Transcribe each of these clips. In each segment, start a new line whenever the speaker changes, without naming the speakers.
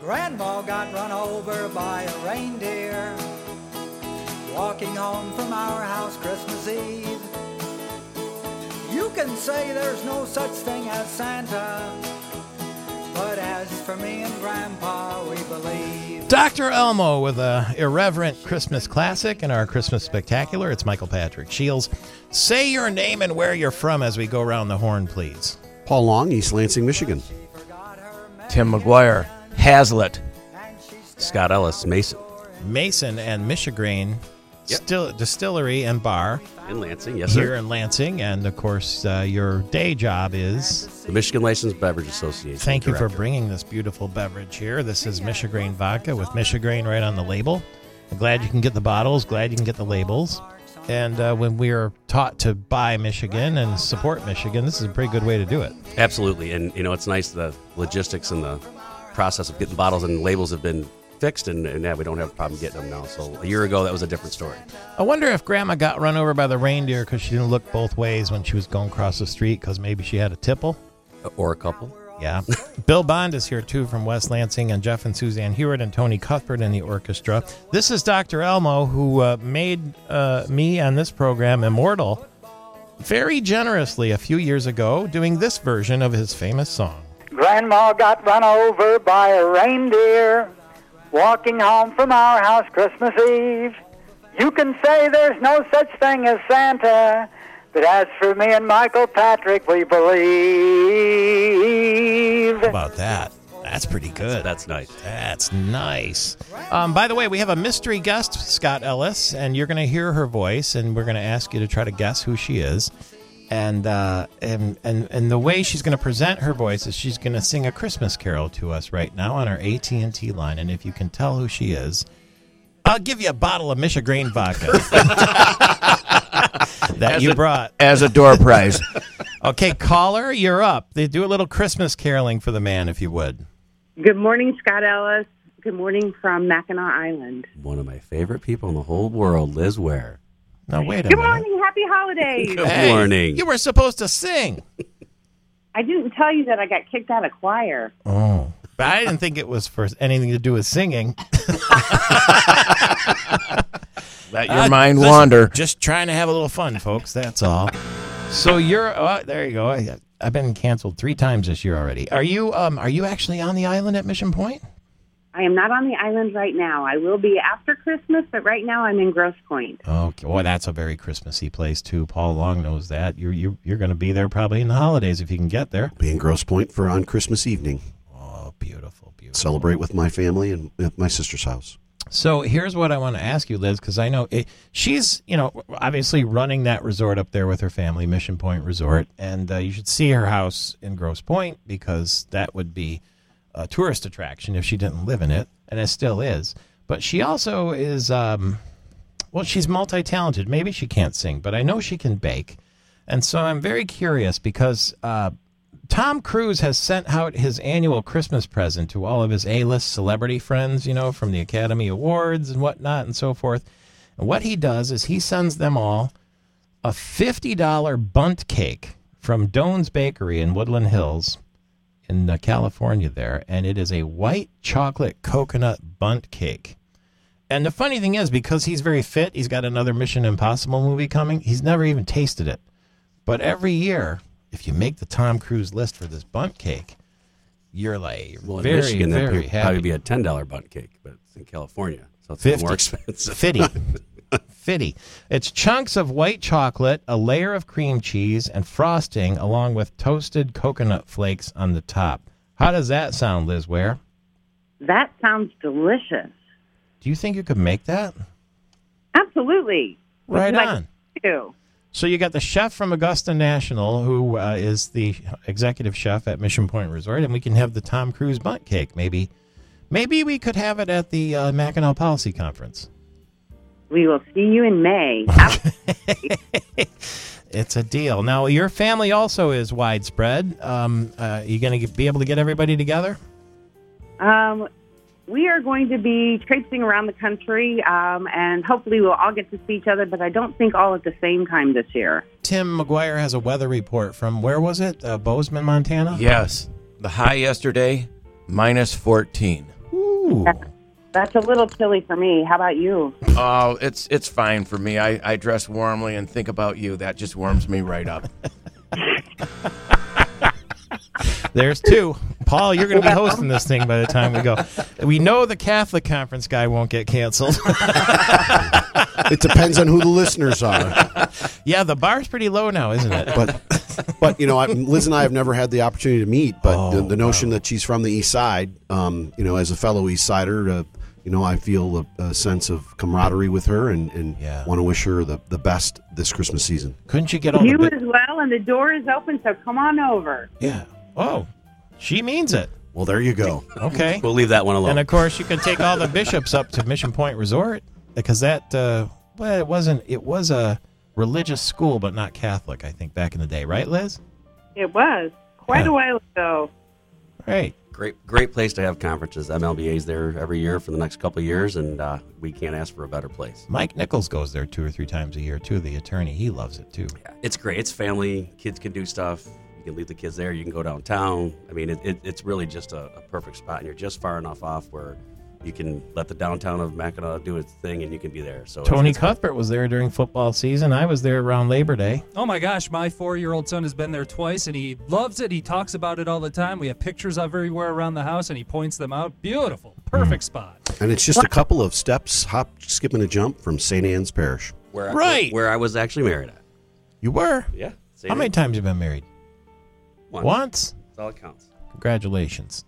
Grandma got run over by a reindeer walking home from our house Christmas Eve. You can say there's no such thing as Santa, but as for me and Grandpa, we believe.
Dr. Elmo with a irreverent Christmas classic in our Christmas spectacular. It's Michael Patrick Shields. Say your name and where you're from as we go around the horn, please.
Paul Long, East Lansing, Michigan.
Tim McGuire, Hazlitt, Scott Ellis,
Mason
Mason and Michigrain
Yep.
Still Distillery and Bar
in Lansing. Yes,
here
sir.
in Lansing, and of course, uh, your day job is
The Michigan Licensed Beverage Association.
Thank you for
Director.
bringing this beautiful beverage here. This is Michigrain vodka with Michigrain right on the label. I'm glad you can get the bottles. Glad you can get the labels. And uh, when we are taught to buy Michigan and support Michigan, this is a pretty good way to do it.
Absolutely, and you know it's nice the logistics and the process of getting bottles and labels have been fixed, and, and now we don't have a problem getting them now. So a year ago, that was a different story.
I wonder if Grandma got run over by the reindeer because she didn't look both ways when she was going across the street because maybe she had a tipple.
Or a couple.
Yeah. Bill Bond is here too from West Lansing, and Jeff and Suzanne Hewitt and Tony Cuthbert in the orchestra. This is Dr. Elmo, who uh, made uh, me and this program immortal very generously a few years ago, doing this version of his famous song.
Grandma got run over by a reindeer walking home from our house Christmas Eve. You can say there's no such thing as Santa, but as for me and Michael Patrick, we believe.
How about that? That's pretty good.
That's nice.
That's nice. Um, by the way, we have a mystery guest, Scott Ellis, and you're going to hear her voice, and we're going to ask you to try to guess who she is. And uh, and, and and the way she's going to present her voice is she's going to sing a Christmas carol to us right now on our AT and T line. And if you can tell who she is, I'll give you a bottle of Michigrain vodka that you brought.
as a door prize.
Okay, caller, you're up. They do a little Christmas caroling for the man, if you would.
Good morning, Scott Ellis. Good morning from Mackinac Island.
One of my favorite people in the whole world, Liz Ware.
No, wait a
Good
minute.
morning. Happy holidays.
Good
Hey,
morning.
You were supposed to sing.
I didn't tell you that I got kicked out of choir.
Oh. But I didn't think it was for anything to do with singing.
Let your mind wander.
Uh, Just trying to have a little fun, folks. That's all. So you're uh, there. You go. I, I've been canceled three times this year already. Are you? Um, are you actually on the island at Mission Point?
I am not on the island right now. I will be after Christmas, but right now I'm in Grosse Pointe.
Okay. Well, that's a very Christmassy place too. Paul Long knows that. You're you're, you're going to be there probably in the holidays if you can get there.
Being gross point for on Christmas evening.
Oh, beautiful, beautiful.
Celebrate with my family and at my sister's house.
So here's what I want to ask you, Liz, because I know it, she's, you know, obviously running that resort up there with her family, Mission Point Resort, and uh, you should see her house in Grosse Pointe because that would be a tourist attraction if she didn't live in it, and it still is. But she also is, um, well, she's multi-talented. Maybe she can't sing, but I know she can bake, and so I'm very curious because uh, Tom Cruise has sent out his annual Christmas present to all of his A-list celebrity friends, you know, from the Academy Awards and whatnot and so forth. And what he does is he sends them all a $50 bunt cake from Doan's Bakery in Woodland Hills in uh, California there, and it is a white chocolate coconut bunt cake. And the funny thing is, because he's very fit, he's got another Mission Impossible movie coming. He's never even tasted it. But every year, if you make the Tom Cruise list for this bunt cake, you're like
Well, in
very,
Michigan, that'd
very
be-
happy.
probably be a ten dollar bunt cake, but it's in California, so it's
50.
more expensive.
Fitty. Fitty. It's chunks of white chocolate, a layer of cream cheese, and frosting, along with toasted coconut flakes on the top. How does that sound, Liz Ware?
That sounds delicious.
Do you think you could make that?
Absolutely.
Right
Like-
on.
Ew.
So you got the chef from Augusta National, who uh, is the executive chef at Mission Point Resort, and we can have the Tom Cruise bunt cake. Maybe, maybe we could have it at the uh, Mackinac Policy Conference.
We will see you in May. Ab-
It's a deal. Now your family also is widespread. Um, uh, you going to be able to get everybody together?
um, We are going to be traipsing around the country, um, and hopefully we'll all get to see each other, but I don't think all at the same time this year.
Tim McGuire has a weather report from where was it? Uh, Bozeman, Montana.
Yes. The high yesterday, minus 14.
Ooh.
That's a little chilly for me. How about you?
Oh, it's it's fine for me. I, I dress warmly and think about you. That just warms me right up.
There's two. Paul, you're going to be hosting this thing by the time we go. We know the Catholic conference guy won't get canceled.
It depends on who the listeners are.
yeah, the bar's pretty low now, isn't it?
But, but you know, I, Liz and I have never had the opportunity to meet. But the, the notion that she's from the East Side, um, you know, as a fellow East Sider, uh, you know, I feel a, a sense of camaraderie with her and, and
Yeah.
want to wish her the, the best this Christmas season.
Couldn't you get all
You
Oh, the?
as well, and the door is open, so come on over.
Yeah.
oh, she means it.
Well, there you go.
Okay.
We'll leave that one alone.
And of course, you can take all the bishops up to Mission Point Resort because that uh, well, it wasn't. It was a religious school, but not Catholic. I think back in the day, right, Liz?
It was quite
Yeah.
a while ago.
Right.
great, great place to have conferences. MLBA's there every year for the next couple of years, and uh, we can't ask for a better place.
Mike Nichols goes there two or three times a year too. The attorney, he loves it too.
It's great. It's family. Kids can do stuff. You can leave the kids there. You can go downtown. I mean, it, it, it's really just a, a perfect spot, and you're just far enough off where you can let the downtown of Mackinac do its thing, and you can be there. So it's-
Tony
it's-
Cuthbert was there during football season. I was there around Labor Day.
Oh my gosh, my four year old son has been there twice and he loves it. He talks about it all the time. We have pictures of everywhere around the house and he points them out. Beautiful. Perfect spot.
And it's just a couple of steps, hop, skip, and a jump from St. Anne's Parish.
where I-
Right.
where I was actually married at.
You were.
Yeah.
How many times have you been married?
Once.
Once.
That's all it counts.
Congratulations.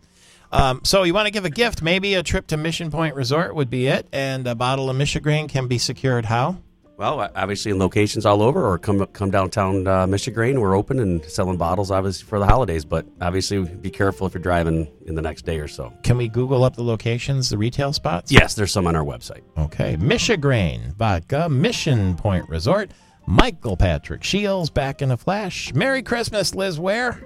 Um, so you want to give a gift? Maybe a trip to Mission Point Resort would be it, and a bottle of Michigrain can be secured. How?
Well, o- obviously in locations all over, or come come downtown uh, Michigan. We're open and selling bottles, obviously for the holidays. But obviously, be careful if you're driving in the next day or so.
Can we Google up the locations, the retail spots?
Yes, there's some on our website.
Okay. Michigrain Vodka, Mission Point Resort. Michael Patrick Shields back in a flash. Merry Christmas, Liz Ware.